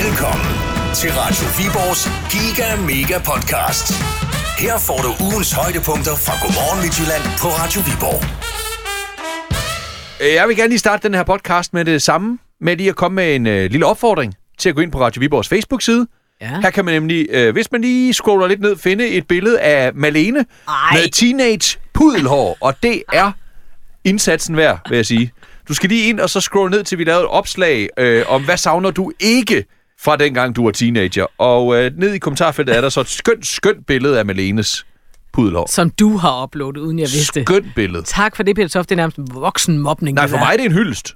Velkommen til Radio Viborgs Giga Mega Podcast. Her får du ugens højdepunkter fra Godmorgen Midtjylland på Radio Viborg. Øh, Jeg vil gerne lige starte den her podcast med det samme, med lige at komme med en øh, lille opfordring til at gå ind på Radio Viborgs Facebook-side. Ja. Her kan man nemlig, øh, hvis man lige scroller lidt ned, finde et billede af Malene Ej. med teenage pudelhår, og det er indsatsen værd, vil jeg sige. Du skal lige ind og så scrolle ned, til vi lavede et opslag øh, om, hvad savner du ikke fra dengang, du var teenager. Og øh, ned i kommentarfeltet er der så et skønt, skønt billede af Malenes pudelhår. Som du har uploadet, uden jeg vidste. Skønt billede. Tak for det, Peter Toft. Det er nærmest voksen mobning. Nej, for mig er det en hyldest.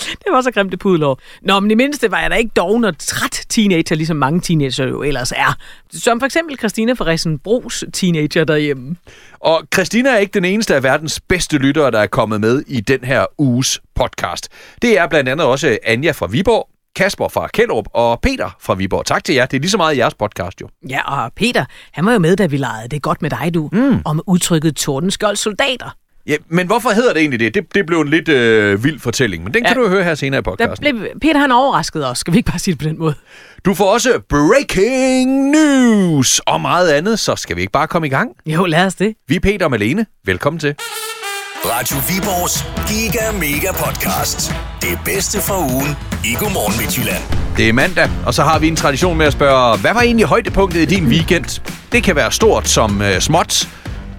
Det var så grimt det pudelår. Nå, men i mindste var jeg da ikke doven og træt teenager, ligesom mange teenager jo ellers er. Som for eksempel Christina fra Bros teenager derhjemme. Og Christina er ikke den eneste af verdens bedste lyttere, der er kommet med i den her uges podcast. Det er blandt andet også Anja fra Viborg, Kasper fra Kjellerup og Peter fra Viborg. Tak til jer. Det er lige så meget jeres podcast jo. Ja, og Peter, han var jo med, da vi legede. Det er godt med dig, du. Mm. Om udtrykket Tordenskjold soldater. Ja, men hvorfor hedder det egentlig det? Det, det blev en lidt øh, vild fortælling, men den kan Ja. du jo høre her senere i Der podcasten. blev, Peter han overraskede os. Skal vi ikke bare sige det på den måde? Du får også breaking news og meget andet, så skal vi ikke bare komme i gang? Jo, lad os det. Vi er Peter og Malene. Velkommen til. Radio Viborgs Giga Mega Podcast. Det bedste fra ugen i Godmorgen Midtjylland. Det er mandag, og så har vi en tradition med at spørge, hvad var egentlig højdepunktet i din weekend? Det kan være stort som øh, småt.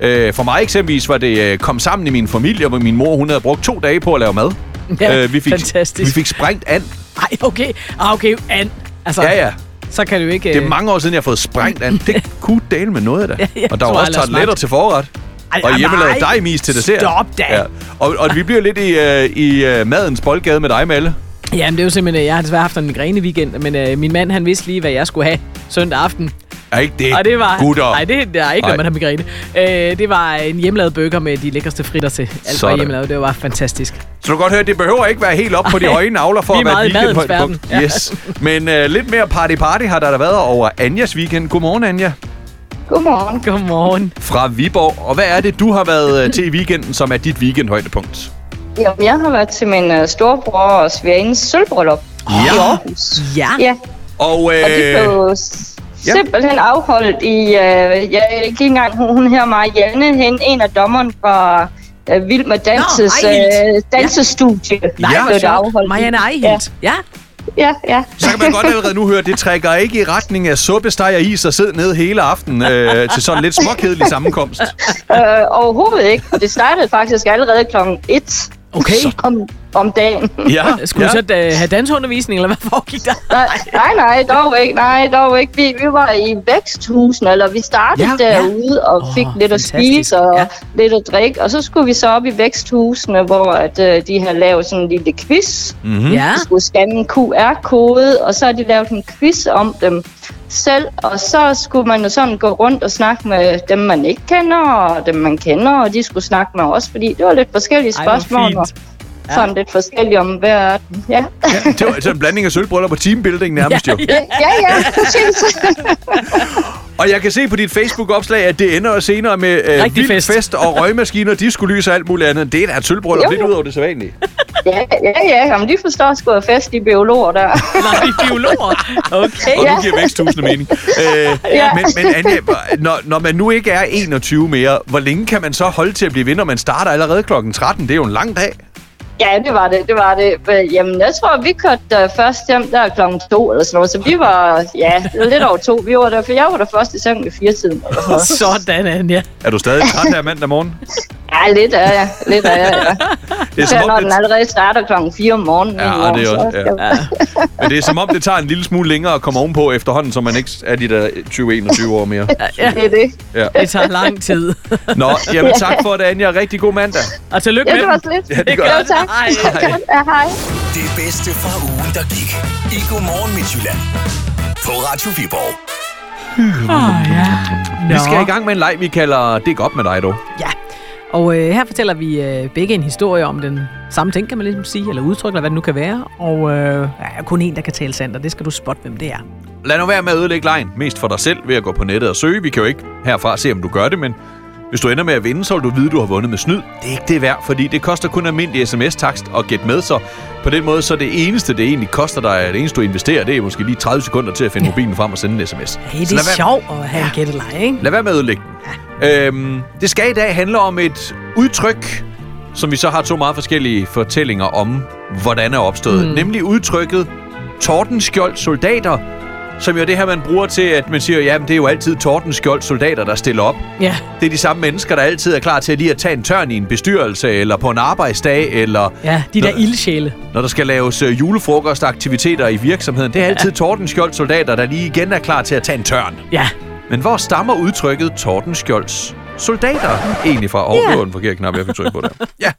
Øh, for mig eksempelvis var det øh, kom sammen i min familie, hvor min mor hun havde brugt to dage på at lave mad. Øh, Ja, vi fik, fantastisk. Vi fik sprængt and. Ej, okay. Ah, okay, and. Altså, Ja, ja. Så kan du ikke... øh, Det er mange år siden, jeg har fået sprængt and. Det kunne dele med noget af det. ja, og der var tror jeg også ellers tarteletter nok. til forret. Ej, og ej, hjemmelavet nej. dejmis til dessert. Stop da. Og, og vi bliver lidt i, øh, i øh, madens boldgade med dig, Malle. Jamen, det er jo simpelthen, øh, jeg har desværre haft en migræne weekend, men øh, min mand, han vidste lige, hvad jeg skulle have søndag aften. Er ikke det? Og det var... Gutter. Nej, det er ikke, Nej. når man har migræne. Øh, det var en hjemmelavet burger med de lækkerste fritter til. Alt var Sådan. hjemmelavet, det var fantastisk. Så du kan godt høre, det behøver ikke være helt op på de Ej, høje navler for vi er at være meget et i madens weekendhøjdepunkt. verden. Ja. Yes. Men øh, lidt mere party-party har der da været over Anjas weekend. Godmorgen, Anja. Godmorgen. Godmorgen. Fra Viborg. Og hvad er det, du har været øh, til i weekenden, som er dit weekendhøjdepunkt? Jamen, jeg har været til min øh, storebror og svigerindes sølvbryllup i Aarhus. Ja. Ja, Og, og de øh, blev s- simpelthen afholdt i, øh, jeg kan ikke engang, hun, hun her Marianne, hende, en af dommeren fra øh, Vild med Danses Nå, ej, vildt. øh, dansestudie. Nej, Ja. hvor blev det sjovt. afholdt. i. Marianne Ejhild. Ja. Ja, ja. så kan man godt allerede nu høre, det trækker ikke i retning af suppesteg og is og sidde ned hele aftenen øh, til sådan en lidt småkedelig sammenkomst. ja. Øh, overhovedet ikke. Og det startede faktisk allerede kl. 1 Okay. om, om dagen. Ja, Skulle Ah, ja. du så øh, have danseundervisning, eller hvad foregik der? Nej, nej, nej, dog ikke. Nej, dog ikke. Vi, vi var i væksthusene, eller vi startede Ja, ja, ja. derude ja. og Åh, fik oh, lidt at fantastisk. spise og Ja. ja. lidt at drikke. Og så skulle vi så op i væksthusene, hvor at, øh, de har lavet sådan en lille quiz. Mm. Mhm. Mm. Ja. Vi skulle scanne en QR-kode, og så har de lavet en quiz om dem selv. Og så skulle man jo sådan gå rundt og snakke med dem, man ikke kender, og dem, man kender. Og de skulle snakke med os, fordi det var lidt forskellige Ej, hvor spørgsmål. fint. og Ja. sådan lidt forskellige om hver af dem. Ja, ja, det var altså en blanding af sølvbrøller på teambuilding nærmest jo. ja, ja, ja præcis. Og jeg kan se på dit Facebook-opslag, at det ender senere med øh, Rigtig vild fest. fest. fest og røgmaskiner, diskolys og alt muligt andet. Det er da et sølvbrøllup Jo. lidt ud over det sædvanlige. Ja, ja, ja. Jamen, de forstår sgu at fest, de biologer der. Nej, de er biologer. Okay. Og Ja. nu giver væksthusene mening. Øh, ja. Ja. men, men Anja, når, når man nu ikke er 21 mere, hvor længe kan man så holde til at blive vinder? Man starter allerede klokken 13. Det er jo en lang dag. Ja, det var det, det var det. Men, Jamen, jeg tror, vi kørte uh, først hjem der klokken to eller sådan noget, så vi var, ja, det var lidt over to. Vi var der, for jeg var der først i sengen i fire tiden. Sådan, Anja. Er du stadig træt her mandag morgen? Ja, lidt af jeg, lidt af jeg, ja. Det er Så som når om, den det, allerede starter klokken 4 om morgenen. Ja, ikke, det er så- også- ja. men det er som om, det tager en lille smule længere at komme ovenpå efterhånden, så man ikke er de der 20-21 år mere. Det er det. Ja. Det tager lang tid. Nå, jamen tak for det, Anja. Rigtig god mandag. Og tillykke Ja, med det var den. så lidt. Ja, det gør Jo, det. tak. Hej. Godt. Ja, hej. Det bedste fra ugen, der gik i Godmorgen Midtjylland. På Radio Viborg. Åh, ja. Nå. Vi skal i gang med en leg, vi kalder Dæk op med dig, dog. Ja, og øh, her fortæller vi øh, begge en historie om den samme ting, kan man ligesom sige, eller udtryk, eller hvad det nu kan være. Og øh, der er kun en, der kan tale sandt, og det skal du spotte, hvem det er. Lad nu være med at ødelægge lejen. Mest for dig selv ved at gå på nettet og søge. Vi kan jo ikke herfra se, om du gør det, men Hvis du ender med at vinde, så vil du vide, du har vundet med snyd. Det er ikke det værd, fordi det koster kun almindelig sms-takst at gætte med, så på den måde, så det eneste, det egentlig koster dig, det eneste, du investerer, det er måske lige 30 sekunder til at finde mobilen frem og sende en sms. Hey, det Så lad er være- sjovt at have en gætteleg, ikke? Lad være med at ødelægge den. Øhm, det skal i dag handle om et udtryk, som vi så har to meget forskellige fortællinger om, hvordan er opstået. Mm. Nemlig udtrykket tordenskjold soldater, som jo er det her, man bruger til, at man siger, jamen det er jo altid tordenskjold soldater, der stiller op. Ja. Det er de samme mennesker, der altid er klar til lige at tage en tørn i en bestyrelse, eller på en arbejdsdag, eller Ja, de der Nå. ildsjæle. når der skal laves øh, julefrokost og aktiviteter i virksomheden. Det er altid tordenskjold soldater, der lige igen er klar til at tage en tørn. Ja. Men hvor stammer udtrykket Tordenskjolds soldater egentlig fra? Åh, oh, Ja. det var den forkerte knap, jeg fik trykket på der. Ja.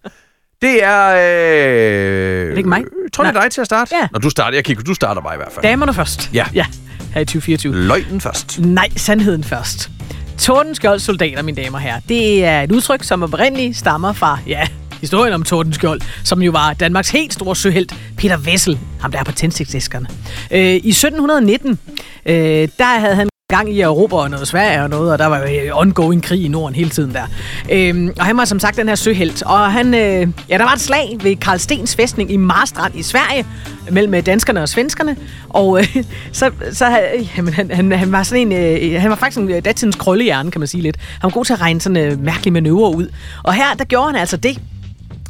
Det er... Øh... det ikke mig? Jeg Tror, det er Nej. dig til at starte? Ja. Når du starter, jeg kigger, du starter mig i hvert fald. Damerne først. Ja. Ja, her i 2024. Løgnen først. Nej, sandheden først. Tordenskjold soldater, mine damer og herrer. Det er et udtryk, som oprindeligt stammer fra, ja, historien om Tordenskjold, som jo var Danmarks helt store søhelt, Peter Vessel, ham der er på tændstiksæskerne. Øh, I 1719, øh, der havde han gang i Europa og noget Sverige og noget, og der var jo øh, ongoing krig i Norden hele tiden der. Øhm, og han var som sagt den her søhelt, og han, øh, ja, der var et slag ved Karlstens fæstning i Marstrand i Sverige, mellem øh, danskerne og svenskerne, og øh, så, så havde- jamen, han, han, han, var sådan en, øh, han var faktisk en øh, datidens krøllehjerne, kan man sige lidt. Han var god til at regne sådan øh, mærkelige manøvrer ud, og her, der gjorde han altså det,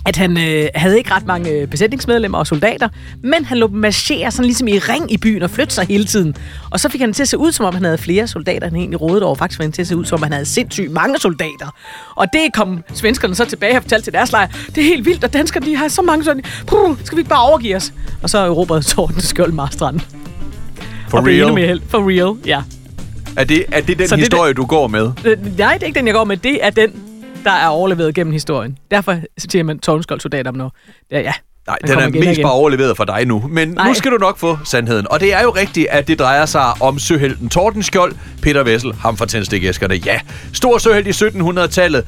at han øh, havde ikke ret mange øh, besætningsmedlemmer og soldater, men han lå dem marchere sådan ligesom i ring i byen og flytte sig hele tiden. Og så fik han det til at se ud, som om han havde flere soldater, end han egentlig rådede over. Faktisk var han til at se ud, som om han havde sindssygt mange soldater. Og det kom svenskerne så tilbage og fortalte til deres lejr. Det er helt vildt, at danskerne de har så mange sådan. Puh, skal vi ikke bare overgive os? Og så erobrede tårten skjold Marstrand. For og blev endnu mere real. held. For real, ja. Er det, er det den Så det er historie, du går med? Øh, Nej, det er ikke den, jeg går med. Det er den, der er overleveret gennem historien. Derfor siger man tårnskjold soldater om noget. Ja, ja. Nej, den Man kommer er igen og mest igen. bare overleveret for dig nu. Men Nej. Nej. nu skal du nok få sandheden. Og det er jo rigtigt, at det drejer sig om søhelten Tordenskjold, Peter Vessel, ham fra Tændstikæskerne. Ja, stor søhelt i 1700-tallet.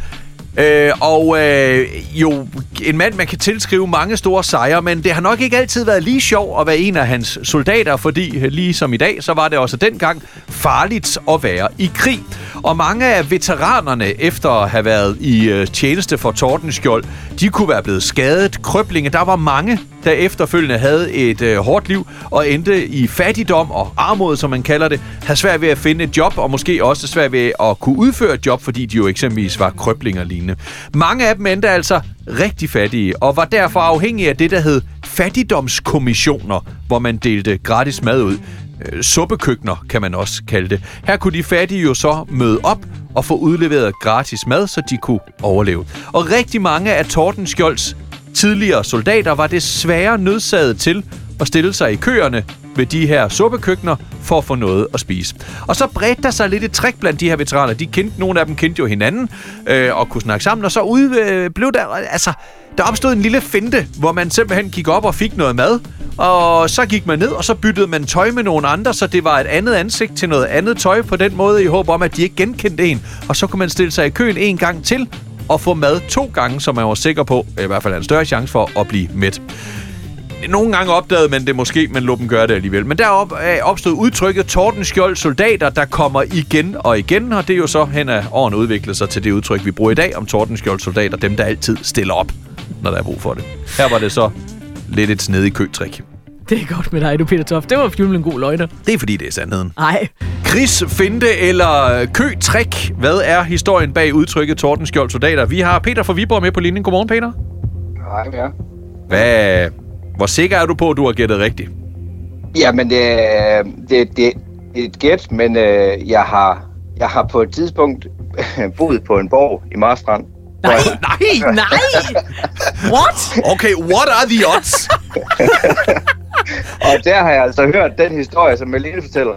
Øh, og øh, jo, en mand, man kan tilskrive mange store sejre, men det har nok ikke altid været lige sjov at være en af hans soldater, fordi øh, lige som i dag, så var det også dengang farligt at være i krig. Og mange af veteranerne, efter at have været i øh, tjeneste for Tordenskjold, de kunne være blevet skadet, krøblinge. Der var mange, der efterfølgende havde et øh, hårdt liv og endte i fattigdom og armod, som man kalder det, havde svært ved at finde et job, og måske også svært ved at kunne udføre et job, fordi de jo eksempelvis var krøblinger lignende. Mange af dem endte altså rigtig fattige, og var derfor afhængige af det, der hed fattigdomskommissioner, hvor man delte gratis mad ud. Øh, Suppekøkkener kan man også kalde det. Her kunne de fattige jo så møde op og få udleveret gratis mad, så de kunne overleve. Og rigtig mange af Tordenskjolds tidligere soldater var desværre nødsaget til at stille sig i køerne ved de her suppekøkkener for at få noget at spise. Og så bredte der sig lidt et trick blandt de her veteraner. De kendte, nogle af dem kendte jo hinanden øh, og kunne snakke sammen, og så ud, øh, blev der, altså, der opstod en lille finte, hvor man simpelthen gik op og fik noget mad, og så gik man ned, og så byttede man tøj med nogle andre, så det var et andet ansigt til noget andet tøj på den måde, i håb om, at de ikke genkendte en. Og så kunne man stille sig i køen en gang til, og få mad to gange, så man var sikker på, i hvert fald er en større chance for at blive mæt. Nogle gange opdagede man det måske, men lå dem gøre det alligevel. Men derop øh, opstod udtrykket tordenskjold soldater, der kommer igen og igen, og det er jo så hen ad årene udviklet sig til det udtryk, vi bruger i dag om tordenskjold soldater, dem der altid stiller op, når der er brug for det. Her var det så lidt et snedig køtrik. Det er godt med dig, du Peter Toft. Det var fjulen en god løgner. Det er fordi, det er sandheden. Nej. Chris Finte eller køtrik. Hvad er historien bag udtrykket tordenskjold soldater? Vi har Peter fra Viborg med på linjen. Godmorgen, Peter. Nej, ja. Hvad, hvor sikker er du på, at du har gættet rigtigt? Jamen, det, er- det, det, det er et gæt, men øh, jeg, har, jeg har på et tidspunkt boet på en borg i Marstrand. Nej. Nej! Nej! What? Okay, what are the odds? Og der har jeg altså hørt den historie, som Malene fortæller.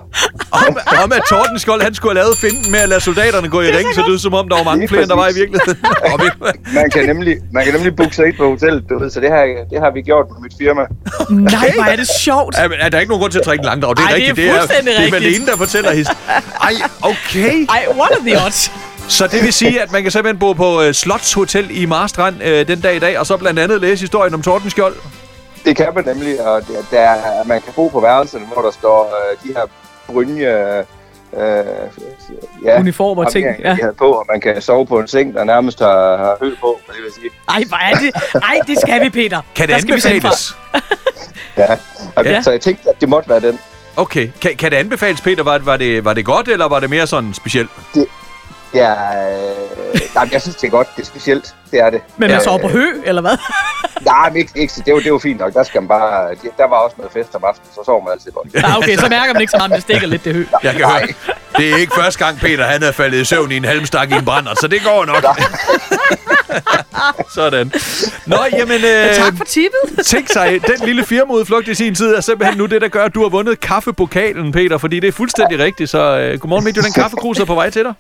om, om at Tordenskjold, han skulle have lavet finden med at lade soldaterne gå i ring, så det er som om, der var mange Lige flere, end der var i præcis. virkeligheden. Og vi- Man kan nemlig, man kan nemlig booke sig ind på hotellet, du ved, så det har, det har vi gjort med mit firma. Nej, hvor er det sjovt. Ja, men er der ikke nogen grund til at trække en langdrag? Det er Ej, det er rigtigt. det er, fuldstændig det er rigtigt. Malene, der fortæller his. Ej, okay. Ej, what are the odds? Så det vil sige, at man kan simpelthen bo på øh, Slots Hotel i Marstrand øh, den dag i dag, og så blandt andet læse historien om Tordenskjold. Det kan man nemlig, og det, der, er- man kan bo på værelserne, hvor der står øh, de her brynje Øh, ja, Uniform og ting, armeringer, ja. de havde på, og man kan sove på en seng, der nærmest har, har hø på, hvad det vil sige. Ej, hvor er det? Ej, det skal vi, Peter. Kan det Der skal vi sende fra. anbefales? Ja. Og, Ja. ja. Så jeg tænkte, at det måtte være den. Okay. Kan, kan det anbefales, Peter? Var, var, det, var det godt, eller var det mere sådan specielt? Ja, øh, nej, men jeg synes, det er godt. Det er specielt. Det er det. Men man Øh, sover på hø, eller hvad? Nej, men ikke, ikke, det, var, det var fint nok. Der, skal man bare, der var også noget fest om aftenen, så sover man altid godt. Ah, okay, så mærker man ikke så meget, men det stikker lidt, det hø. Jeg kan høre. Det er ikke første gang, Peter han er faldet i søvn i en halmstak i en brændert, så det går nok. Sådan. Nå, jamen... Øh, Tak for tippet. Tænk sig, den lille firmaudflugt i sin tid er simpelthen nu det, der gør, at du har vundet kaffepokalen, Peter, fordi det er fuldstændig rigtigt. Så øh, godmorgen, Midtjylland. Kaffekrus er på vej til dig.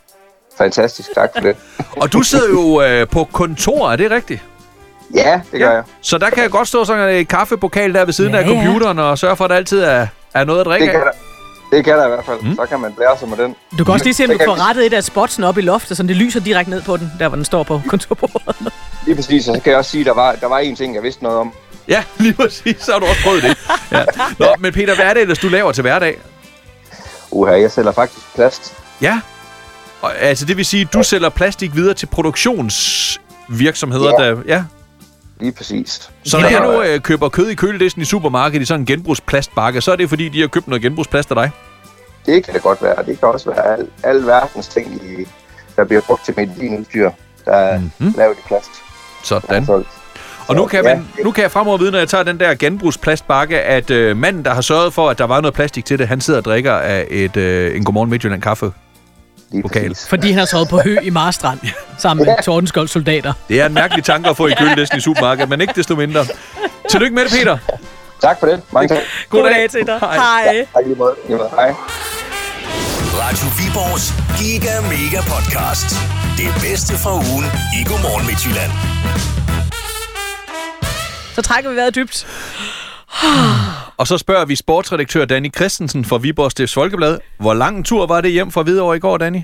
Fantastisk, tak for det. Og du sidder jo øh, på kontor, er det rigtigt? Ja, det gør jeg. Så der kan jeg godt stå sådan en øh, kaffepokal der ved siden Ja, af ja. computeren og sørge for, at der altid er, er noget at drikke Det kan af. der, det kan der i hvert fald. Mm. Så kan man blære sig med den. Du kan også lige se, om Det du kan får vi. rettet et af spotsen op i loftet, så det lyser direkte ned på den, der hvor den står på kontorbordet. Lige præcis, og så kan jeg også sige, at der var, der var en ting, jeg vidste noget om. Ja, lige præcis. Så har du også prøvet det. Ja. Nå, men Peter, hvad er det ellers, du laver til hverdag? Uha, jeg sælger faktisk plast. Ja. Og, altså, det vil sige, du sælger plastik videre til produktionsvirksomheder, Ja. der... Ja. Lige præcis. Så når jeg nu øh, køber kød i køledisken i supermarkedet i sådan en genbrugsplastbakke, så er det fordi, de har købt noget genbrugsplast af dig. Det kan det godt være. Det kan også være al, al verdens ting, i, der bliver brugt til medicinudstyr, der er mm-hmm. lavet i plast. Sådan. Solgt. Og nu Altså, Så, kan, ja, man, det- nu kan jeg fremover vide, når jeg tager den der genbrugsplastbakke, at øh, manden, der har sørget for, at der var noget plastik til det, han sidder og drikker af et, øh, en Godmorgen Midtjylland kaffe. Lige Pokal. præcis. Fordi han har sovet på hø i Marstrand, sammen med Tordenskjolds soldater. Det er en mærkelig tanke at få i køledisken i supermarkedet, men ikke desto mindre. Tillykke med det, Peter. Tak for det. Mange tak. Goddag til dig. Hej. Hej. Tak i lige måde. Jamen, hej. Radio Viborgs Giga Mega Podcast. Det bedste fra ugen i Godmorgen Midtjylland. Så trækker vi vejret dybt. Og så spørger vi sportsredaktør Danny Christensen fra Viborg Stifts Folkeblad. Hvor lang en tur var det hjem fra Hvidovre i går, Danny?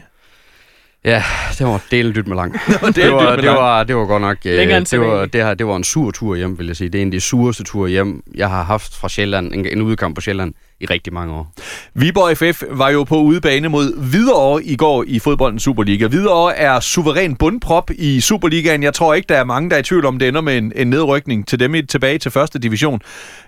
Ja, det var delt dybt med lang. var delt det, var, dybt med det, lang. var, det var godt nok... øh, Længere end det, var, sædvanligt. det, her, det var en sur tur hjem, vil jeg sige. Det er en af de sureste ture hjem, jeg har haft fra Sjælland, en, en udkamp på Sjælland, i rigtig mange år. Viborg FF var jo på udebane mod Hvidovre i går i fodboldens Superliga. Hvidovre er suveræn bundprop i Superligaen. Jeg tror ikke, der er mange, der er i tvivl om, det ender med en, en nedrykning til dem i- tilbage til første division.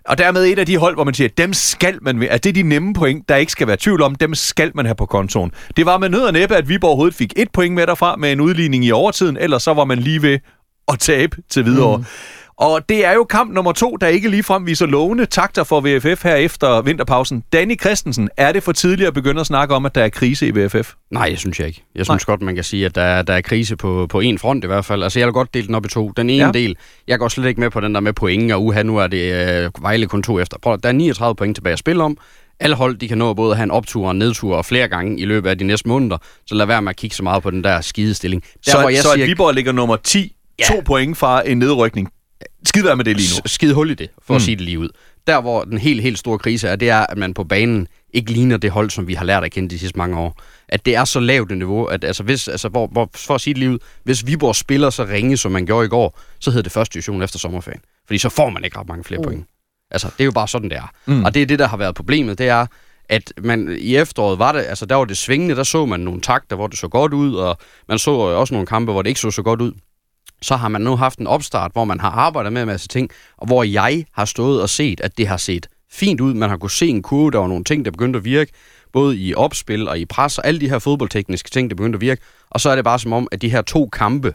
Og dermed et af de hold, hvor man siger, dem skal man... Altså, det er de nemme point, der ikke skal være tvivl om, dem skal man have på kontoen. Det var med nød og næppe, at Viborg overhovedet fik et point med derfra med en udligning i overtiden, ellers så var man lige ved at tabe til Hvidovre. Mm. Og det er jo kamp nummer to, der ikke ligefrem viser lovende takter for VFF her efter vinterpausen. Danny Christensen, er det for tidligt at begynde at snakke om, at der er krise i VFF? Nej, jeg synes jeg ikke. Jeg synes godt, man kan sige, at der, er- der er krise på, på én front i hvert fald. Altså, jeg vil godt dele den op i to. Den ene Ja. ja. del, jeg går slet ikke med på den der med point, og uha, nu er det øh, Vejle kun to efter. Prøv, at- der er 39 point tilbage at spille om. Alle hold, de kan nå både at have en optur og en nedtur og flere gange i løbet af de næste måneder. Så lad være med at kigge så meget på den der skidestilling. Der, så hvor jeg så at siger, Viborg ligger nummer 10, ja. Ja. to point fra en nedrykning. Skid være med det lige nu. s- skide hul i det, for mm. at sige det lige ud. Der, hvor den helt, helt store krise er, det er, at man på banen ikke ligner det hold, som vi har lært at kende de sidste mange år. At det er så lavt et niveau, at altså, hvis, altså, hvor, hvor, for at sige det lige ud, hvis Viborg spiller så ringe, som man gjorde i går, så hedder det første division efter sommerferien. Fordi så får man ikke ret mange flere uh. point. Altså, det er jo bare sådan, det er. Mm. Og det er det, der har været problemet, det er, at man i efteråret var det, altså der var det svingende, der så man nogle takter, hvor det så godt ud, og man så også nogle kampe, hvor det ikke så så godt ud så har man nu haft en opstart, hvor man har arbejdet med en masse ting, og hvor jeg har stået og set, at det har set fint ud. Man har kunne se en kurve, der var nogle ting, der begyndte at virke, både i opspil og i pres, og alle de her fodboldtekniske ting, der begyndte at virke. Og så er det bare som om, at de her to kampe,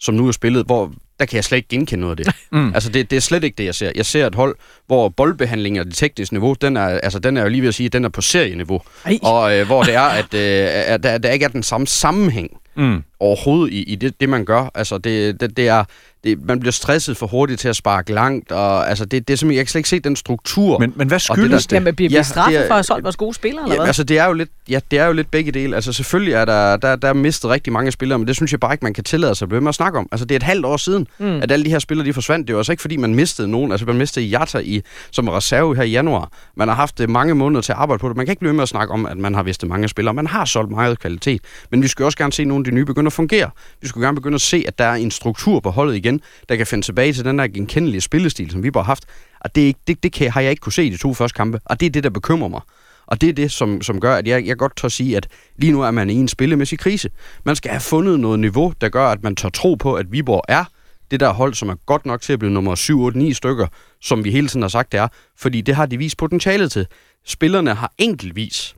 som nu er spillet, hvor der kan jeg slet ikke genkende noget af det. Mm. Altså, det, det er slet ikke det, jeg ser. Jeg ser et hold, hvor boldbehandlingen og det tekniske niveau, den er, altså, den er jo lige ved at sige, at den er på serieniveau. Ej. Og øh, hvor det er, at, øh, at der, der ikke er den samme sammenhæng mm. overhovedet i, i det, det, man gør. Altså, det, det, det er, det, man bliver stresset for hurtigt til at sparke langt, og altså, det, det er simpelthen, jeg kan slet ikke se den struktur. Men, men hvad Og det skyldes det? der- Jamen, bliver vi Ja, straffet det er- for at have solgt vores gode spillere, eller Jamen, hvad? altså, det er, jo lidt, ja, det er jo lidt begge dele. Altså, selvfølgelig er der, der, der er mistet rigtig mange spillere, men det synes jeg bare ikke, man kan tillade sig at blive ved med at snakke om. Altså, det er et halvt år siden, mm. at alle de her spillere, de forsvandt. Det var altså ikke, fordi man mistede nogen. Altså, man mistede Jata i, som reserve her i januar. Man har haft øh, mange måneder til at arbejde på det. Man kan ikke blive ved med at snakke om, at man har mistet mange spillere. Man har solgt meget kvalitet, men vi skal jo også gerne se, at nogle af de nye begynder at fungere. Vi skulle gerne begynde at se, at der er en struktur på holdet igen, der kan finde tilbage til den der genkendelige spillestil, som vi bare har haft. Og det, er ikke, det, det kan, har jeg ikke kunne se i de to første kampe, og det er det, der bekymrer mig. Og det er det, som, som gør, at jeg, jeg godt tør sige, at lige nu er man i en spillemæssig krise. Man skal have fundet noget niveau, der gør, at man tør tro på, at Viborg er det der hold, som er godt nok til at blive nummer 7, 8, 9 stykker, som vi hele tiden har sagt, det er. Fordi det har de vist potentiale til. Spillerne har enkeltvis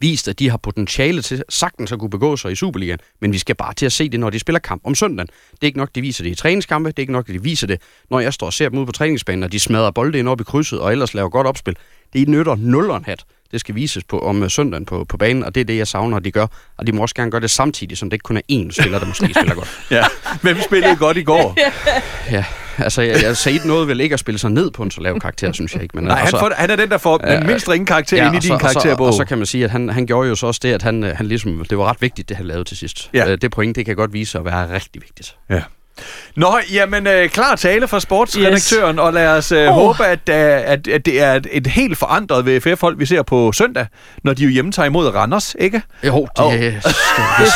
vist, at de har potentiale til sagtens at kunne begå sig i Superligaen, men vi skal bare til at se det, når de spiller kamp om søndagen. Det er ikke nok, de viser det i træningskampe, det er ikke nok, de viser det, når jeg står og ser dem ude på træningsbanen, og de smadrer bolde ind op i krydset, og ellers laver godt opspil. Det nytter nulleren hat. Det skal vises på, om øh, søndagen på, på banen, og det er det, jeg savner, at de gør. Og de må også gerne gøre det samtidig, som det ikke kun er én spiller, der måske spiller godt. Ja. Hvem spillede godt i går? Ja, altså, jeg, jeg sagde noget vel ikke at spille sig ned på en så lav karakter, synes jeg ikke. Men, altså- Nej, og han, så- får, han er den, der får den mindst ringe karakter ja, ind i og din så, og så- karakterbog. Og så kan man sige, at han, han gjorde jo så også det, at han, øh, han ligesom, det var ret vigtigt, det han lavede til sidst. Ja. Ja. Det point, det kan godt vise sig at være rigtig vigtigt. Ja. Nå, jamen øh, klar tale fra sportsredaktøren, yes. og lad os øh, oh. Åh. håbe, at, øh, at, at det er et, et helt forandret VFF-hold, vi ser på søndag, når de jo hjemme tager imod Randers, ikke? Jo, det, Åh. oh. det,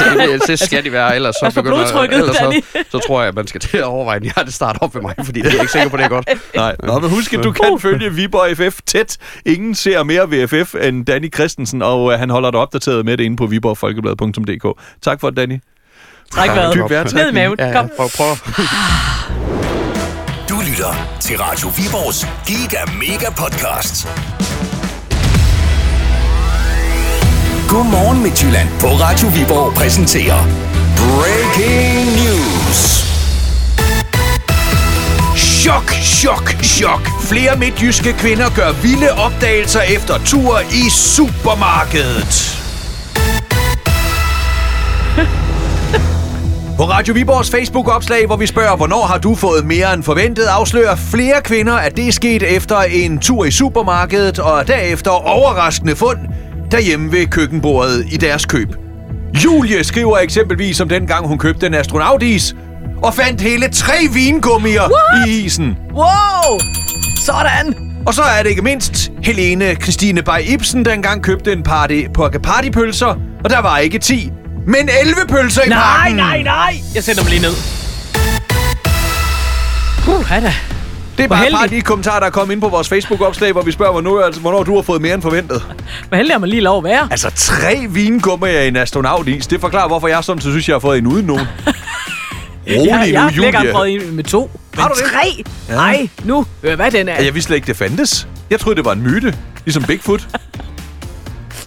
skal, det skal de være, ellers så, Pas på begynder, Altså, blodtrykket, ellers så, Danny. så tror jeg, at man skal til at overveje, om jeg har det start op ved mig, fordi det er jeg ikke sikker på, det er godt. Nej. Nå, men husk, at du kan følge Viborg FF tæt. Ingen ser mere VFF end Danny Christensen, og øh, han holder dig opdateret med det inde på viborgfolkeblad.dk. Tak for det, Danny. altså, Træk vejret. Dyb vejrtrækning. Ned i maven. Ja, ja, Kom. prøv, prøv. Du lytter til Radio Viborgs Giga Mega Podcast. Godmorgen Midtjylland på Radio Viborg præsenterer Breaking News. Chok, chok, chok. Flere midtjyske kvinder gør vilde opdagelser efter tur i supermarkedet. På Radio Viborgs Facebook-opslag, hvor vi spørger, hvornår har du fået mere end forventet, afslører flere kvinder, at det er sket efter en tur i supermarkedet og derefter overraskende fund derhjemme ved køkkenbordet i deres køb. Julie skriver eksempelvis om dengang, hun købte en astronautis og fandt hele tre vingummier What? i isen. Wow! Sådan! Og så er det ikke mindst Helene Christine Bay Ibsen, der engang købte en party på partypølser, og der var ikke 10, men 11 pølser i Nej, pakken. nej, nej! Jeg sender dem lige ned. Uh, da. Det er Hvor bare et heldigt. par af de kommentarer, der er kommet ind på vores Facebook-opslag, hvor vi spørger, hvornår, altså, hvornår du har fået mere end forventet. Hvor heldig har man lige lov at være. Altså, tre vingummer i en astronautis. Det forklarer, hvorfor jeg sådan så synes, jeg har fået en uden nogen. Rolig jeg, jeg nu, har flere gange Julie. prøvet en med to. Har Men du det? tre? Nej, nu. Hør, hvad den er. Jeg vidste slet ikke, det fandtes. Jeg troede, det var en myte. Ligesom Bigfoot.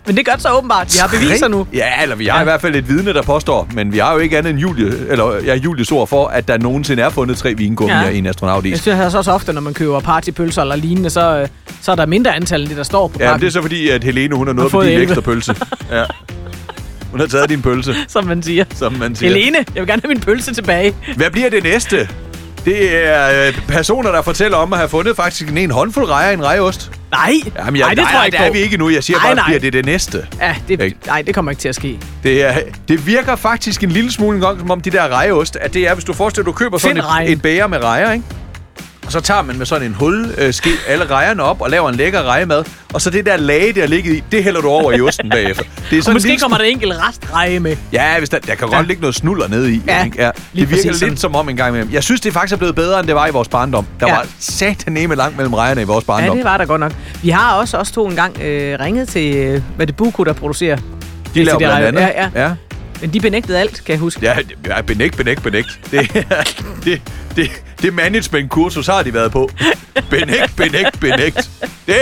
Men det gør det så åbenbart. Vi har beviser nu. Ja, eller vi har ja. Ja. i hvert fald et vidne, der påstår. Men vi har jo ikke andet end Julie, eller, ja, Julies ord for, at der nogensinde er fundet tre vingummier ja. Ja. i en Jeg astronautis. synes altså også ofte, når man køber partypølser eller lignende, så, øh, så er der mindre antal end det, der står på Ja, men pakken, det er så fordi, at Helene, hun har noget Har på fået din 11. ekstra pølse. Ja. Hun har taget din pølse, som man siger. som man siger. Helene, jeg vil gerne have min pølse tilbage. Hvad bliver det næste? Det er øh, personer, der fortæller om at have fundet faktisk en, en håndfuld rejer i en rejeost. Nej, Jamen, jeg, nej, det tror jeg der er vi ikke ikke nu. Jeg siger Nej, bare, nej. bliver det det næste? på. Ja, Ikke? det, nej, det kommer ikke til at ske. Det, er, det virker faktisk en lille smule engang, som om de der rejeost, at det er, hvis du forestiller, at du køber sådan Find et, rejen. et bæger med rejer, ikke? Og så tager man med sådan en hul øh, ske alle rejerne op og laver en lækker rejemad. Og så det der lage, der ligger i, det hælder du over i osten bagefter. Det er Og sådan måske lidt- kommer der enkelt restreje med. Ja, hvis der, der kan godt ligge noget snuller nede i. Ja, ikke? ja. lige Det virker præcis lidt som om en gang imellem. Jeg synes, det faktisk er blevet bedre, end det var i vores barndom. Der ja. Ja. var sataneme langt mellem rejerne i vores Ja, barndom. det var der godt nok. Vi har også også to engang øh, ringet til, øh, hvad det Buko, der producerer. de laver det blandt andet. rejer. Ja, ja. ja. Men de benægtede alt, kan jeg huske. Ja, ja benægt, benægt, benægt. Det, det, det, det management-kursus har de været på. Benægt, benægt, benægt. Det,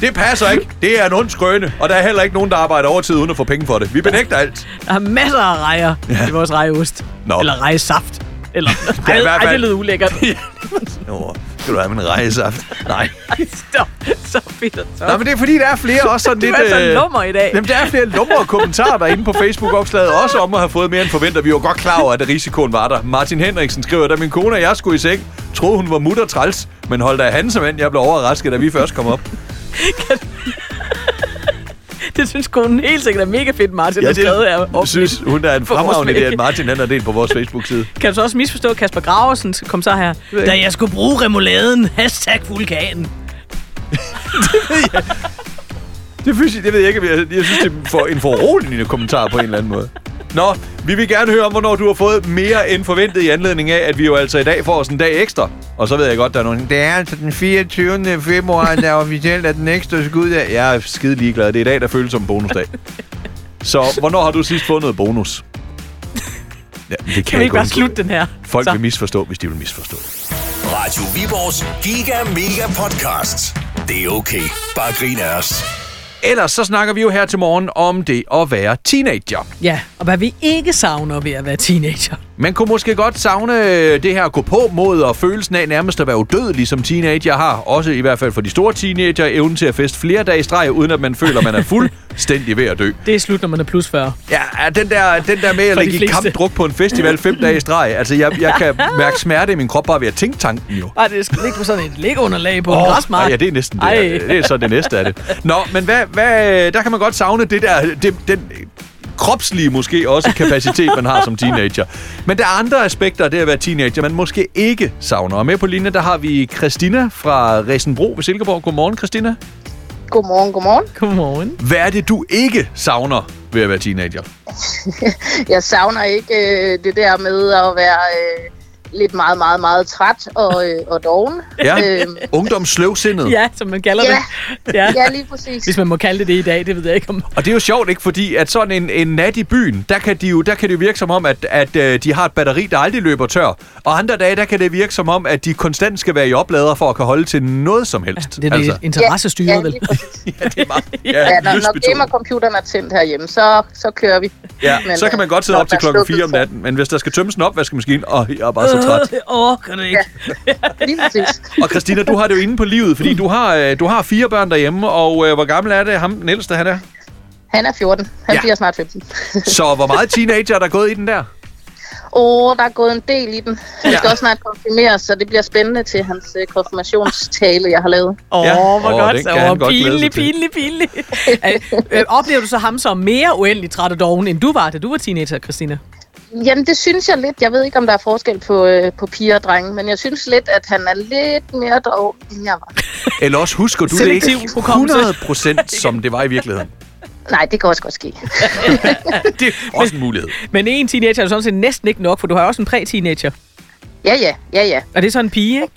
det passer ikke. Det er en ond skrøne, og der er heller ikke nogen, der arbejder overtid uden at få penge for det. Vi benægter alt. Der er masser af rejer ja. i vores rejeost. Nå. Eller rejesaft. Eller, er i ej, hvert ej, fald- det lød ulækkert. Nå, skal du have min rejsesaft? Nej. Ej, Stop. Så fedt. Så. Nå, men det er fordi, der er flere også sådan Du lidt... er så øh, lummer i dag. Jamen, der er flere lummer og kommentarer derinde på Facebook-opslaget, også om at have fået mere end forventet. Vi var godt klar over, at risikoen var der. Martin Henriksen skriver, da min kone og jeg skulle i seng, troede hun var mutter træls, men hold da han som end, jeg blev overrasket, da vi først kom op. Det synes konen helt sikkert er mega fedt, Martin. Ja, det, skrevet her. Jeg synes, hun er en For vores fremragende idé, vægge. at Martin han har delt på vores Facebook-side. Kan du så også misforstå Kasper Graversens kommentar her? jeg Da jeg skulle bruge remouladen, hashtag vulkanen. Det, er fysisk, det ved jeg ikke, om jeg, jeg synes, det er for, en foruroligende kommentar på en eller anden måde. Nå, vi vil gerne høre om, hvornår du har fået mere end forventet i anledning af, at vi jo altså i dag får os en dag ekstra. Og så ved jeg godt, der er nogen, det er altså den 24. februar, der er officielt at den ekstra skud af. Jeg er skide ligeglad. Det er i dag, der føles som en bonusdag. Så hvornår har du sidst fået noget bonus? Ja, det kan, Kan vi ikke bare undgå. slutte den her? Folk så. vil misforstå, hvis de vil misforstå. Radio Viborgs Giga Mega Podcast. Det er okay. Bare grin af os. Ellers så snakker vi jo her til morgen om det at være teenager. Ja, og hvad vi ikke savner ved at være teenager. Man kunne måske godt savne øh, det her gå på mod og følelsen af nærmest at være udødelig som teenager har. Også i hvert fald for de store teenager evnen til at feste flere dage i streg, uden at man føler, man er fuldstændig ved at dø. Det er slut, når man er plus 40. Ja, den der, den der med at For de ligge i fleste. kampdruk på en festival fem dage i streg. Altså, jeg, jeg kan mærke smerte i min krop bare ved at tænke tanken jo. Ej, det skal ligge på sådan et liggeunderlag på oh, en Åh, græsmark. ej, ja, det er næsten det. Ej. Ej. Det er så det næste af det. Nå, men hvad, hvad, der kan man godt savne det der, det, den kropslige måske også kapacitet, man har som teenager. Men der er andre aspekter af det at være teenager, man måske ikke savner. Og med på linje, der har vi Christina fra Resenbro ved Silkeborg. Godmorgen, Christina. Godmorgen, godmorgen. Godmorgen. Hvad er det, du ikke savner ved at være teenager? Jeg savner ikke øh, det der med at være øh, lidt meget, meget, meget træt og, øh, og doven. Ja, Øhm, ungdomssløvsindet. Ja, som man kalder Ja. det. Ja. ja, lige præcis. Hvis man må kalde det det i dag, det ved jeg ikke om. Og det er jo sjovt, ikke? Fordi at sådan en, en nat i byen, der kan, de jo, der kan det jo virke som om, at, at øh, de har et batteri, der aldrig løber tør. Og andre dage, der kan det virke som om, at de konstant skal være i oplader for at kan holde til noget som helst. Det er altså. det interessestyret, ja, vel? lige præcis. ja, det er meget, Ja, når, når lystbetonet. gamercomputeren er tændt herhjemme, så, så kører vi. ja, Men, så kan man øh, godt sidde når op til der er klokken 4 om slukket for- natten. Men hvis der skal tømmes en opvaskemaskine, åh, jeg er bare så træt. Øh, Åh, kan det ikke. øh, Lige præcis. Og Christina, du har det jo inde på livet, fordi du har, øh, du har fire børn derhjemme, og øh, hvor gammel er det ham, den ældste, han er? Han er 14. Han Ja. bliver snart 15. Så hvor meget teenager er der gået i den der? Åh, oh, der er gået en del i den. Han Ja. skal også snart konfirmeres, så det bliver spændende til hans øh, konfirmationstale, jeg har lavet. Åh, Ja. ja. hvor Åh, godt. den så. kan han Åh, godt glæde sig til. pinlig, pinlig, pinlig. Øh, øh, Oplever du så ham som mere uendelig træt og doven, end du var, da du var teenager, Christina? Jamen, det synes jeg lidt. Jeg ved ikke, om der er forskel på, øh, på piger og drenge, men jeg synes lidt, at han er lidt mere dog, end jeg var. Eller også husker du det ikke Selektiv hukommelse. 100% som det var i virkeligheden. Nej, det kan også godt ske. Det er også en mulighed. Men en teenager er jo sådan set næsten ikke nok, for du har jo også en præ-teenager. Ja, ja, ja, ja. Og det er sådan en pige, ikke?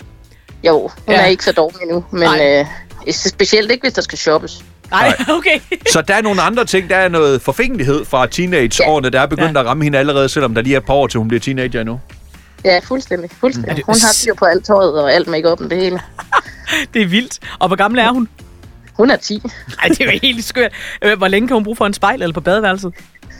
Jo, hun Ja. ja. er ikke så dårlig endnu, men Nej. øh, specielt ikke, hvis der skal shoppes. Nej, okay. Så der er nogle andre ting. Der er noget forfængelighed fra teenageårene, der er begyndt ja. Ja. at ramme hende allerede, selvom der lige er et par år til, hun bliver teenager endnu. Ja, fuldstændig, Er fuldstændig. det- Hun har styr på alt tøjet og alt make det hele. Det er vildt. Og hvor gammel er hun? Hun er 10. Nej, det er jo helt skørt. Øh, Hvor længe kan hun bruge for en spejl eller på badeværelset?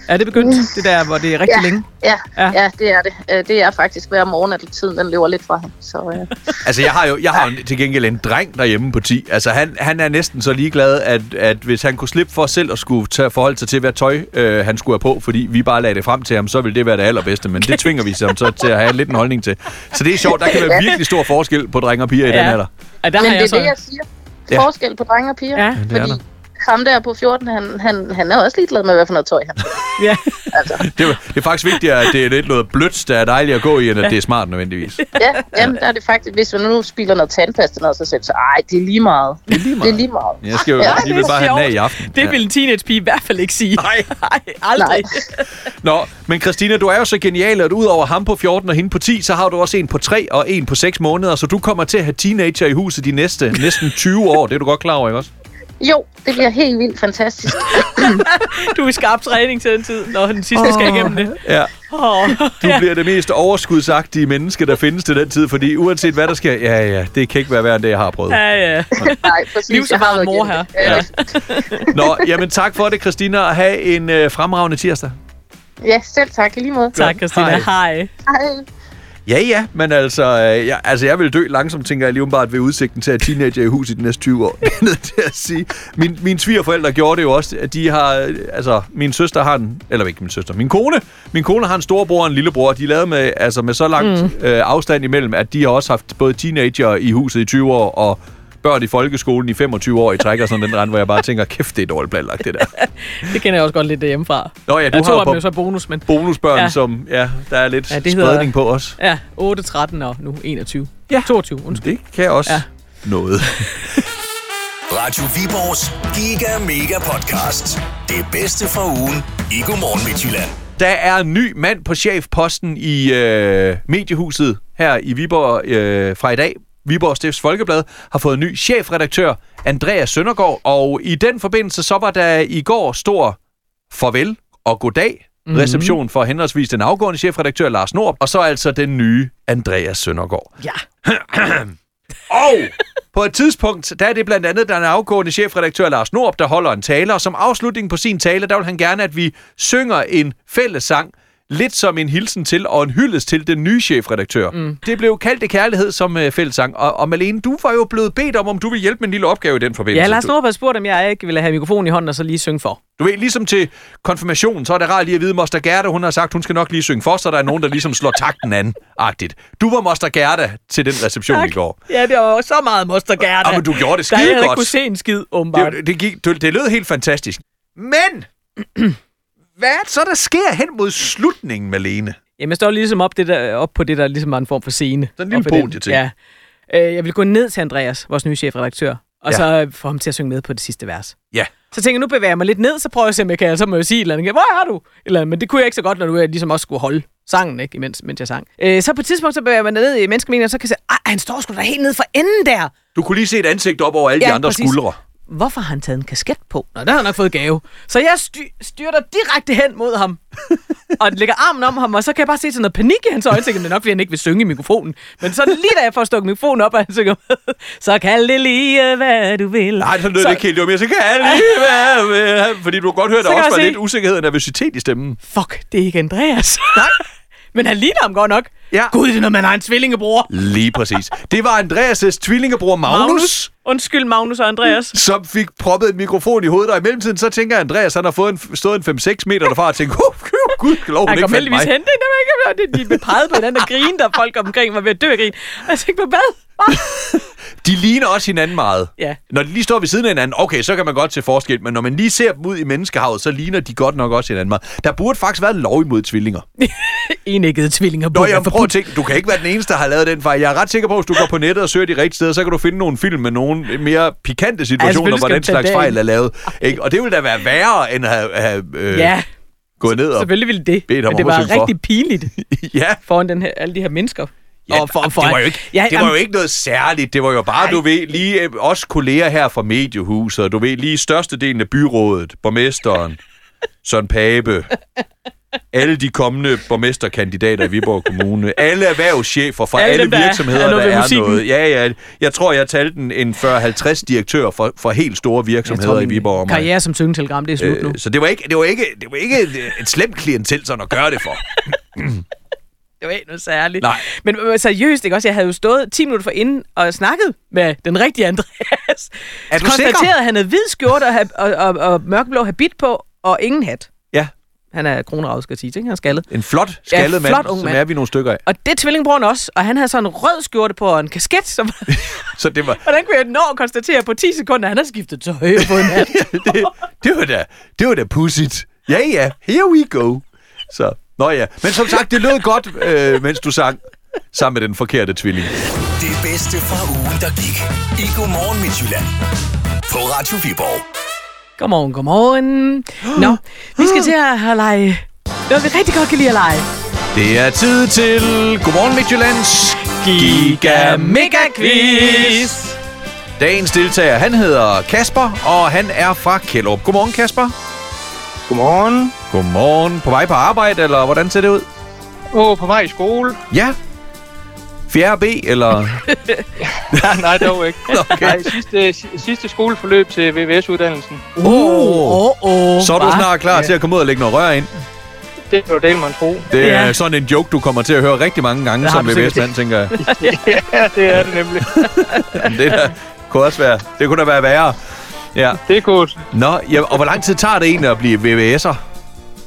Er det begyndt, det der, hvor det er rigtig ja. længe? Mm. Ja, Ja. ja. ja, det er det. Øh, Det er faktisk hver morgen, at tiden den løber lidt fra ham. Så øh, Altså, jeg har jo jeg har jo til gengæld en dreng derhjemme på 10. Altså, han, han er næsten så ligeglad, at, at hvis han kunne slippe for selv at skulle tage forhold sig til, hvad tøj øh, han skulle have på, fordi vi bare lagde det frem til ham, så ville det være det allerbedste. Men det tvinger vi ham så til at have lidt en holdning til. Så det er sjovt. Der kan være virkelig stor forskel på drenge og piger i den alder. Ja, der Men har det er jeg så... det, jeg siger. Ja. Forskel på drenge og piger. Ja. Ja, det er fordi der. ham der på 14, han, han, han er også ligeglad med, hvad for noget tøj han har. Ja. Det, er- det er faktisk vigtigt, at det er lidt noget blødt, der er dejligt at gå i, end at det er smart nødvendigvis. Ja, jamen, der er det faktisk, hvis man nu spiller noget tandpasta noget, så siger man så, ej, det er lige meget. Det er lige meget. Det er lige meget. Jeg skal jo Ja, ja, vil bare have den af i aften. Det vil en teenagepige i hvert fald ikke sige. Nej. Nej, aldrig. Nå, men Christina, du er jo så genial, at udover ham på 14 og hende på 10, så har du også en på 3 og en på 6 måneder, så du kommer til at have teenager i huset de næste næsten 20 år. Det er du godt klar over, ikke også? Jo, det bliver helt vildt fantastisk. Du er i skarp træning til den tid, når den sidste skal igennem det. Ja. Oh. Du bliver det mest overskudsagtige menneske, der findes til den tid, fordi uanset hvad der sker, ja, ja, det kan ikke være værre end det, jeg har prøvet. Ja, ja. Nej, præcis. Livserfaren jeg har mor været her. igennem det. Nå, jamen tak for det, Christina, og have en øh, fremragende tirsdag. Øh, Ja, selv tak. I lige måde. Tak, Christina. Hej. Hej. Ja, ja, men altså, øh, jeg, altså, jeg vil dø langsomt, tænker jeg lige umiddelbart ved udsigten til at have teenager i hus i de næste 20 år. Det er nødt til at sige. Min, mine svigerforældre gjorde det jo også, at de har, øh, altså, min søster har en, eller ikke min søster, min kone, min kone har en storebror og en lillebror, de er lavet med, altså, med så langt mm. øh, afstand imellem, at de har også haft både teenager i huset i 20 år og børn i folkeskolen i 25 år i træk og sådan den rand, hvor jeg bare tænker, kæft, det er dårligt planlagt, det der. Det kender jeg også godt lidt derhjemmefra. Nå ja, du Jeg har tog jo ham på- jo så bonus, men... Bonusbørn, ja. Ja. som, ja, der er lidt ja, Ja, det hedder- spredning på os. Ja, 8, 13 og nu 21. Ja. 22, undskyld. Det kan også ja. Ja. noget. Radio Viborgs Giga Mega Podcast. Det bedste fra ugen i Godmorgen Midtjylland. Der er en ny mand på chefposten i øh, mediehuset her i Viborg øh, fra i dag. Viborg Stifts Folkeblad har fået ny chefredaktør, Andreas Søndergaard, og i den forbindelse så var der i går stor farvel og goddag reception for henholdsvis den afgående chefredaktør Lars Nord, og så altså den nye Andreas Søndergaard. Ja. Og på et tidspunkt, der er det blandt andet den afgående chefredaktør Lars Nord, der holder en tale, og som afslutning på sin tale, der vil han gerne, at vi synger en fællessang, lidt som en hilsen til og en hyldest til den nye chefredaktør. Mm. Det blev kaldt det kærlighed som øh, fællessang, og, og Malene, du var jo blevet bedt om, om du vil hjælpe med en lille opgave i den forbindelse. Ja, Lars du, Nordberg spurgte, om jeg ikke ville have mikrofonen i hånden og så lige synge for. du ved, ligesom til konfirmationen, så er det rart lige at vide, Moster Gerda, hun har sagt, hun skal nok lige synge for, så der er nogen, der ligesom slår takten an, agtigt. Du var Moster Gerda til den reception i går. Ja, det var så meget mostergærne. Ah, men du gjorde det Der jeg skidegodt. ikke kunne se en skid, åbenbart. Det, det, gik, det, det lød helt fantastisk. Men, hvad er det så, der sker hen mod slutningen, Malene? Jamen, jeg står ligesom op, det der, op på det, der ligesom var en form for scene. Sådan en lille Op ad den. podieting. Ja. Øh, jeg ville gå ned til Andreas, vores nye chefredaktør, og Ja. ja. så øh, få ham til at synge med på det sidste vers. Ja. Så tænker jeg, nu bevæger jeg mig lidt ned, så prøver jeg at se, om jeg kan, og så må jeg sige et eller andet. Hvor er du? Et Eller, andet. men det kunne jeg ikke så godt, når du øh, ligesom også skulle holde sangen, ikke? Imens, mens jeg sang. Øh, så på et tidspunkt, så bevæger jeg mig ned i menneskemængden, og så kan jeg se, "Ej, han står sgu da helt nede for enden der. Du kunne lige se et ansigt op over alle de Ja, andre præcis. skuldre. Hvorfor har han taget en kasket på? Nå, der har han nok fået gave. Så jeg sty- styrter direkte hen mod ham, og lægger armen om ham, og så kan jeg bare se sådan noget panik i hans øjne. Jeg Tænker, det er nok, fordi han ikke vil synge i mikrofonen. Men så lige da jeg får stukket mikrofonen op, og han synger med, så kald det lige, øh, hvad du vil. Nej, så lød det ikke helt. Jo, men så kan jeg lige være med. Fordi du kunne godt høre, Så der kan også jeg var se- lidt usikkerhed og nervøsitet i stemmen. Fuck, det er ikke Andreas. Nej. Men han ligner ham godt nok. Ja. Gud, det er noget, man har en tvillingebror. Lige præcis. Det var Andreas' tvillingebror Magnus, Magnus, Undskyld, Magnus og Andreas. som fik proppet en mikrofon i hovedet, og i mellemtiden så tænker Andreas, han har fået en, stået en 5-6 meter derfra og tænkt, oh, gud, lov, Han hun ikke kom fandt heldigvis mig. hen, det er dem ikke, og det, de blev peget på hinanden og grinede, og folk omkring var ved at dø af grin. Og jeg tænkte, hvad? Hvad? De ligner også hinanden meget. Ja. Når de lige står ved siden af hinanden, okay, så kan man godt se forskel, men når man lige ser dem ud i menneskehavet, så ligner de godt nok også hinanden meget. Der burde faktisk være en lov imod tvillinger. enæggede tvillinger burde Nå, være jeg prøver at forbudt. tænke, du kan ikke være den eneste, der har lavet den fejl. Jeg er ret sikker på, at hvis du går på nettet og søger de rigtige steder, så kan du finde nogle film med nogle mere Altså, pikante situationer, selvfølgelig hvor skal den vi tage slags det ind. fejl er lavet. Ikke? Og det ville da være værre, end at have, have øh, Ja, gået ned og... selvfølgelig ville det. Bedt ham Men det om at var synge for. rigtig pinligt ja, foran den her, alle de her mennesker. Ja, ah, og for, for, det, var jo ikke, ja, det var jo jamen, ikke noget særligt. Det var jo bare, du ved, lige øh, os kolleger her fra Mediehuset, og du ved, lige størstedelen af byrådet, borgmesteren, Søren Pape, alle de kommende borgmesterkandidater i Viborg Kommune, alle erhvervschefer fra alle, Alle dem, der er- virksomheder, er der noget ved er musikken. noget. Ja, ja. Jeg tror, jeg talte en, en 40-50 direktør for, for helt store virksomheder i min Viborg. og mig. Karriere som syngetelegram, det er slut nu. Øh, så det var ikke, det var ikke, det var ikke et, et slemt klientel sådan at gøre det for. Det var ikke noget særligt. Nej. Men, men seriøst, ikke også? Jeg havde jo stået 10 minutter for inden og snakket med den rigtige Andreas. Er du Konstaterede, sikker? at han havde hvid skjorte og, hab- og, og, og mørkeblå habit på, og ingen hat. Ja, Han er kronravet, skal jeg sige. Ikke? Han er skaldet. en flot, skaldet ja, flot mand, ung som mand. er vi nogle stykker af. Og det er tvillingbroren også, og han havde sådan en rød skjorte på og en kasket, som Så det var, Hvordan kunne jeg nå at konstatere på 10 sekunder, at han har skiftet tøj på en nat? det, det var da, det var da pudsigt. Ja, ja, here we go. Så, nå ja. Men som sagt, det lød godt, øh, mens du sang sammen med den forkerte tvilling. Det bedste fra ugen, der gik. I Godmorgen Midtjylland. På Radio Viborg. godmorgen, godmorgen. Nå, vi skal til at have lege. Noget, vi rigtig godt kan lide at lege. Det er tid til Godmorgen Midtjyllands Giga Mega Quiz. Dagens deltager, han hedder Kasper, og han er fra Kjellup. Godmorgen, Kasper. Godmorgen. Godmorgen. På vej på arbejde, eller hvordan ser det ud? Åh, oh, på vej i skole. Ja. 4. B, eller... Ja, nej, dog ikke. Okay. Nej, sidste, sidste skoleforløb til VVS-uddannelsen. Åh, oh, Uh, Åh, åh. så er du hva? snart klar til at komme ud og lægge noget rør ind. Det var del, man tro. Det er Ja. sådan en joke, du kommer til at høre rigtig mange gange Det har som du sikkert. VVS-mand, tænker jeg. Ja, det er det nemlig. Men det der, kunne også være, det kunne da være værre. Ja. Det er godt. Nå, ja, og hvor lang tid tager det egentlig at blive VVS'er?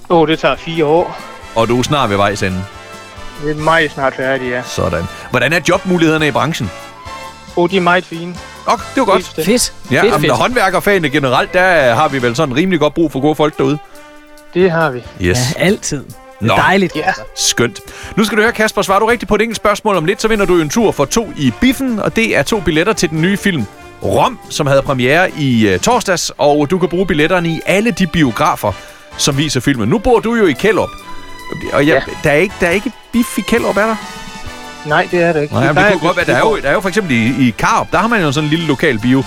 Åh, oh, det tager fire år. Og du er snart ved vejs ende. Det er meget snart færdigt, ja. Sådan. Hvordan er jobmulighederne i branchen? Åh, oh, de er meget fine. Ok, det var godt. Helt Fedt. Ja, fedt, fedt, men fedt. håndværkerfagene generelt, der øh, har vi vel sådan rimelig godt brug for gode folk derude. bestemt. Det har vi. Yes. Ja, altid. Det Nå. er dejligt. Ja. Skønt. Nu skal du høre, Kasper, svarer du rigtigt på et enkelt spørgsmål om lidt, så vinder du jo en tur for to i Biffen, og det er to billetter til den nye film Rom, som havde premiere i øh, torsdags, og du kan bruge billetterne i alle de biografer, som viser filmen. Nu bor du jo i Kællup, og jeg, ja. der, er ikke, der er ikke Biff i Kællup, er der? Nej, det er det ikke. Nej, Vi men det plejer kunne at- godt være. Der er, jo, der er jo for eksempel i, i Karup, der har man jo sådan en lille lokal bio.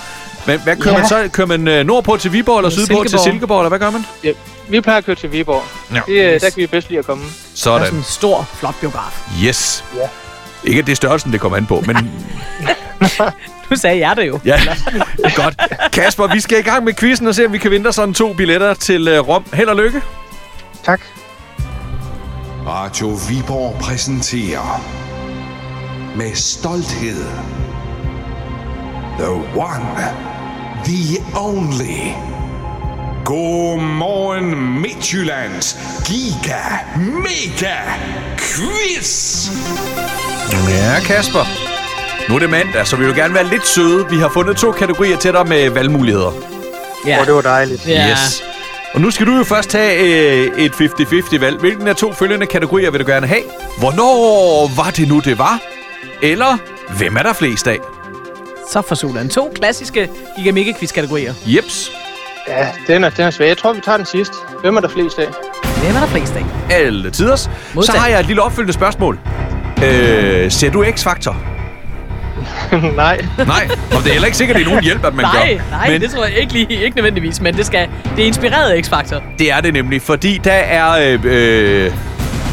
Men hvad kører Ja. man så? Kører man øh, nordpå til Viborg, eller sydpå til Silkeborg. Silkeborg, eller hvad gør man? Vi plejer at køre til Viborg. Ja. Det, øh, Yes. Der kan vi bedst lide at komme. Der er sådan Sådan. en stor, flot biograf. Yes. Ikke at det er størrelsen, det kommer an på, men Nu sagde jeg det jo. ja, godt. Kasper, vi skal i gang med quizzen og se, om vi kan vinde dig sådan to billetter til øh, Rom. Held og lykke. Tak. Radio Viborg præsenterer med stolthed The One, The Only. Godmorgen Midtjyllands Giga Mega Quiz! Ja, Kasper. Nu er det mandag, så vi vil gerne være lidt søde. Vi har fundet to kategorier til dig med valgmuligheder. Ja. Og det var dejligt. ja. Yes. Og nu skal du jo først tage øh, et 50-50-valg. Hvilken af to følgende kategorier vil du gerne have? Hvornår var det nu, det var? Eller hvem er der flest af? Så for Sudan. To klassiske gigamega quiz kategorier Jeps. Ja, den er, den er svær. Jeg tror, vi tager den sidste. Hvem er der flest af? Hvem er der flest af? Alle tiders. Så Modtaget. har jeg et lille opfølgende spørgsmål. Øh, ser du X-Factor? Nej. Nej, og det er heller ikke sikkert, det er nogen hjælp, at man nej, gør. nej, Men det tror jeg ikke lige, ikke nødvendigvis, men det skal, det er inspireret af X-Factor. det er det nemlig, fordi der er... Øh, øh,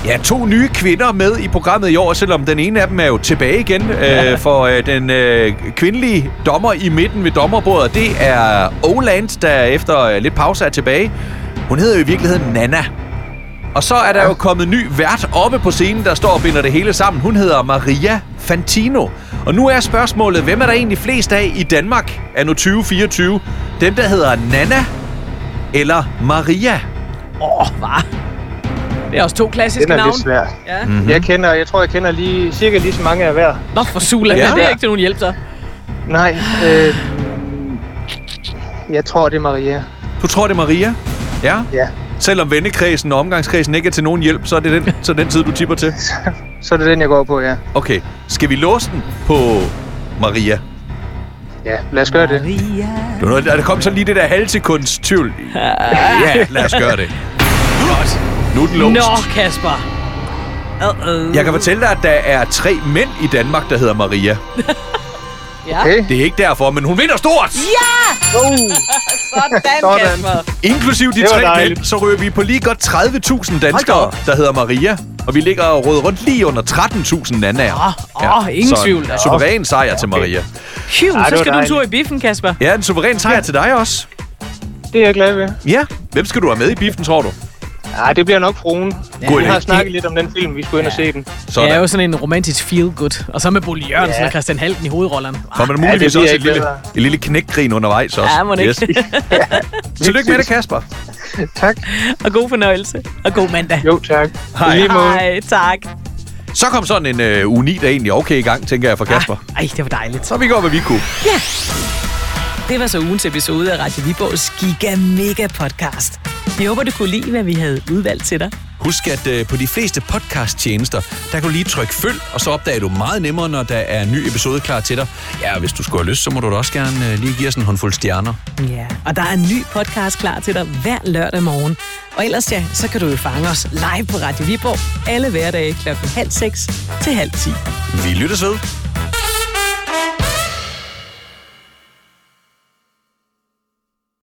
Ja, to nye kvinder med i programmet i år, selvom den ene af dem er jo tilbage igen. Øh, for øh, den øh, kvindelige dommer i midten ved dommerbordet, det er Oland, der efter øh, lidt pause er tilbage. Hun hedder jo i virkeligheden Nana. Og så er der jo kommet ny vært oppe på scenen, der står og binder det hele sammen. Hun hedder Maria Fantino. Og nu er spørgsmålet, hvem er der egentlig flest af i Danmark anno 2024? Dem, der hedder Nana eller Maria? Åh, oh, var. Det er også to klassiske Den er navn. lidt svær. Ja. Mhm. Mm-hmm. Jeg kender, jeg tror, jeg kender lige, cirka lige så mange af hver. Nå, for Sula, Ja. ja. det er ikke til nogen hjælp, så. Nej, øh, jeg tror, det er Maria. Du tror, det er Maria? Ja. Ja, Selvom vennekredsen og omgangskredsen ikke er til nogen hjælp, så er det den, så er det den tid, du tipper til. så er det den, jeg går på, ja. Okay, skal vi låse den på Maria? Ja, lad os gøre det. Det var noget, der kom så lige det der halvsekunds tvivl. Ja, lad os gøre det. Godt. Nu er den låst. Nå, Kasper. Uh-oh. Jeg kan fortælle dig, at der er tre mænd i Danmark, der hedder Maria. Ja. Okay, Det er ikke derfor, men hun vinder stort! Ja! Sådan, Sådan. Kasper. Inklusiv de Det var tre dejligt. mænd, så rører vi på lige godt 30.000 Hold da danskere, op. der hedder Maria. Og vi ligger og råder rundt lige under 13.000 nanaer. Åh, åh, ingen så en tvivl. Suveræn sejr til Maria. Phew, så var skal du en dejligt. tur i biffen, Kasper. Ja, en suveræn sejr til dig også. det er jeg glad ved. Ja. Hvem skal du have med i biffen, tror du? Nej, Ah, det bliver nok fruen. God Vi har idé. snakket lidt om den film, vi skulle ind og se den. Det er Sådan. jo sådan en romantisk feel-good. Og så med Bolle Jørgensen og Christian Halten i hovedrollerne. Får man muligvis bliver også et ikke lille, bedre. et lille knækgrin undervejs også. Ja, må det ikke. Tillykke med det, Kasper. Tak. Ah, Og god fornøjelse. Og god mandag. Jo, tak. Hej. I Lige måde. Hej, tak. Så kom sådan en øh, uge 9, der egentlig er okay i gang, tænker jeg, for Kasper. Ah, Ej, det var dejligt. Så vi går, hvad vi kunne. Det var så ugens episode af Radio Viborgs Giga Mega Podcast. Vi håber, du kunne lide, hvad vi havde udvalgt til dig. Husk, at øh, på de fleste podcasttjenester, der kan du lige trykke følg, og så opdager du meget nemmere, når der er en ny episode klar til dig. Ja, og hvis du skulle have lyst, så må du da også gerne øh, lige give os en håndfuld stjerner. Ja, og der er en ny podcast klar til dig hver lørdag morgen. Og ellers ja, så kan du jo fange os live på Radio Viborg alle hverdage kl. halv seks til halv ti. Vi lyttes ved.